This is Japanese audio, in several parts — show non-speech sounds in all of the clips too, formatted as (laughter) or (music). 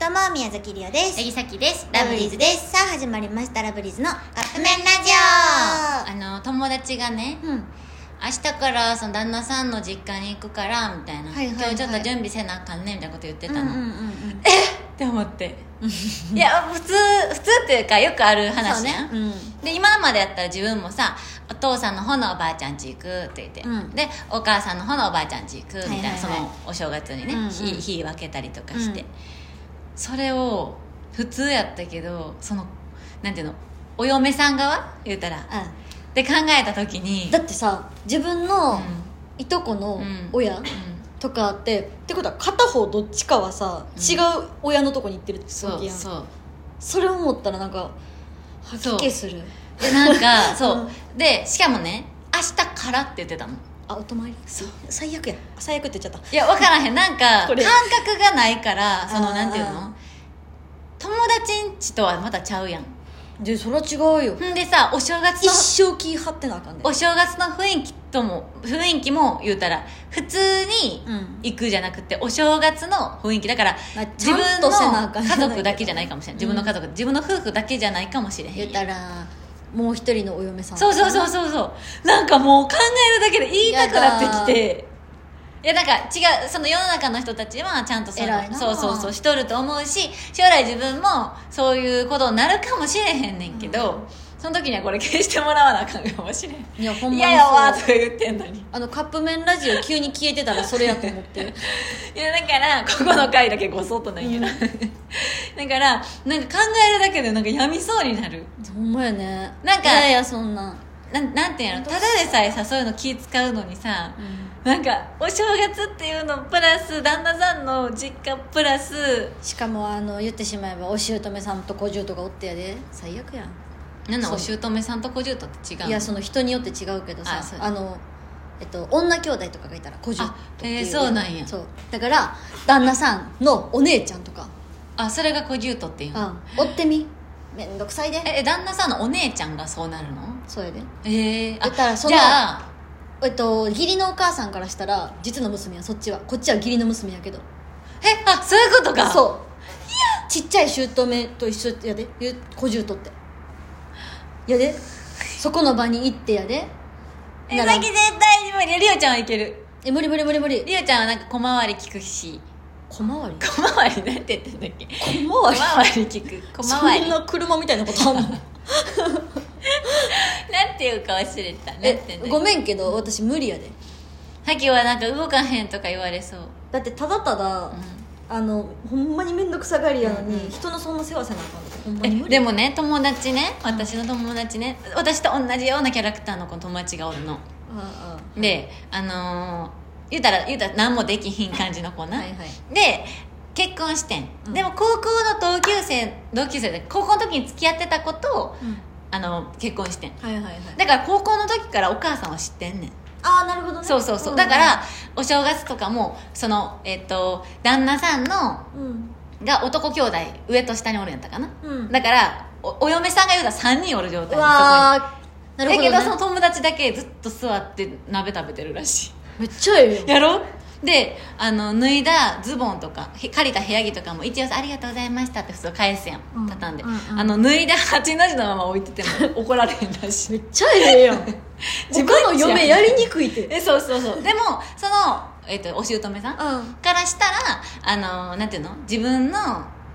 どうも宮崎りおです八木咲ですラブリーズですさあ始まりましたラブリーズのカップごめん麺ララジジオオあの友達がねうん明日からその旦那さんの実家に行くからみたいはな、いはいはい今日ちょっと準備せなあかんねみたいなこと言ってたの、うんうんうんうんって思っていや普通普通っていうかよくある話やん、そうねで今までやったら自分もさお父さんの方のおばあちゃん家行くって言って、うんでお母さんの方のおばあちゃん家行くみたいな、はいはいはいそのお正月にね、うんうん日日分けたりとかして、うんそれを普通やったけどそのなんていうのお嫁さん側言うたらうんで考えた時うにんだってさ自分のうんいとこのうん親うんとかあってってことは片方どっちかはさうん違う親のとこに行ってるってそわけうやんそうそれ思ったらなんか吐き気するでなんかそう、うでしかもね明日からって言ってたもんあお泊まりそう最悪や最悪って言っちゃったいや分からへんなんかこ感れ覚がないからそあーのなんていうの友達んちとはまたちゃうやんでそれは違うよんでさお正月一の生気張ってなあかんねお正月の雰囲気とも雰囲気も言うたら普通にうん行くじゃなくてお正月の雰囲気だからまあ自分ちゃんのとせなあかん家族だけじゃないかもしれないうん自分の家族自分の夫婦だけじゃないかもしれへ言っんたらもう一人のお嫁さんそうそうそうそうそうなんかもう考えるだけで言いたくなってきていやなんか違うその世の中の人たちはちゃんとその偉いなそうそうそうしとると思うし将来自分もそういうことになるかもしれへんねんけど、その時にはこれ消してもらわなあかんかもしれんいやほんまに嫌やわーそとうか言ってんのにあのカップ麺ラジオ急に消えてたらそれやと思っていやだからここの回だけごそっとないけど、だからなんか考えるだけでなんかやみそうになるほんまやねなんかいやいやそんな、なんなんていうのただでさえさそういうの気使うのにさ、なんかお正月っていうのプラス旦那さんの実家プラスしかもあの言ってしまえばお姑さんと小姑がおってやで最悪やんなんそうお姑さんと小姑って違うのいやその人によって違うけどさあそうあのえっと、女兄弟とかがいたら小姑っていうあへえそうなんやそうだから旦那さんのお姉ちゃんとか、あそれが小姑っていううのん、追ってみめんどくさいでええ旦那さんのお姉ちゃんがそうなるのそうやでええだったらそのじゃあえっと義理のお母さんからしたら実の娘はそっちはこっちは義理の娘やけどえあそういうことかそうちっちゃい姑と一緒やでゆ小姑ってやでそこの場に行ってやでえなさらっき絶対に無理りおちゃんはいけるえ無理無理無理無理りおちゃんはなんか小回り聞くし小回り小回りなんて言ってんだっけ小小回り回り聞く小回そりん (laughs) なな車みたいなことあんのんていうか忘れたなんて言うえんだっけごめんけど私無理やでさっきはなんか動かへんとか言われそう、だってただただ、あのほんまに面倒くさがりやのに、うんうん人のそんな世話せなあかんほんまえに無理でもね友達ね私の友達ね私と同じようなキャラクターの子の友達がおるのあであのー言うたら言うたら何もできひん感じの子あな、はいはいで結婚してん、うんでも高校の同級生同級生で高校の時に付き合ってた子とあの結婚してんはいはいはいだから高校の時からお母さんは知ってんねんああなるほどねそうそうそうだからお正月とかもそのえっ、と旦那さんのうんが男兄弟上と下におるんやったかな、うんだからおお嫁さんが言うたら3人おる状う態のとこにわーなるほど、ね、だけどその友達だけずっと座って鍋食べてるらしめっちゃええよいやろであの脱いだズボンとかひ借りた部屋着とかも一応さ「ありがとうございました」って普通返すやんうん畳んで、うんうんあの脱いだ8の字のまま置いてて (laughs) も怒られへんらしめいっちゃええやん (laughs) 自分他の嫁やりにくいってえそうそうそうでもその、えっとお姑さんうからしたらあのなんていうの自分の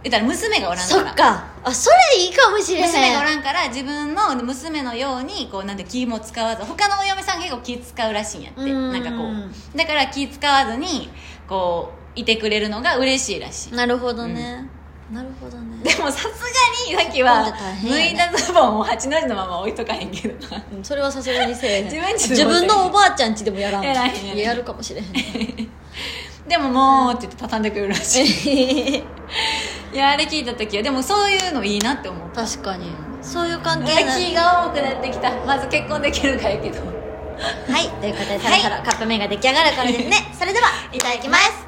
言ったら娘がおらんからそっかあそれいいかもしれへん (laughs) 娘がおらんから自分の娘のようにこうなんて気も使わず他のお嫁さん結構気使うらしいんやってうんなんかこうだから気使わずにこういてくれるのが嬉しいらしいなるほどね、なるほどねでもさすがにさっきそはうだ大脱変いやだズボンを8の字のまま置いとかへんけど (laughs) なうんそれはさすがにせえへん (laughs) 自分ちで自分のおばあちゃんちでもやらんやらへんやらへんいややるかもしれへんでももうって言って畳んでくるらしいいやあれ聞いた時はでもそういうのいいなって思った確かにそういう関係ない気が重くなってきたまず結婚できるかやけどはいということでそはろいそろカップ麺が出来上がるからですね、それではいただきます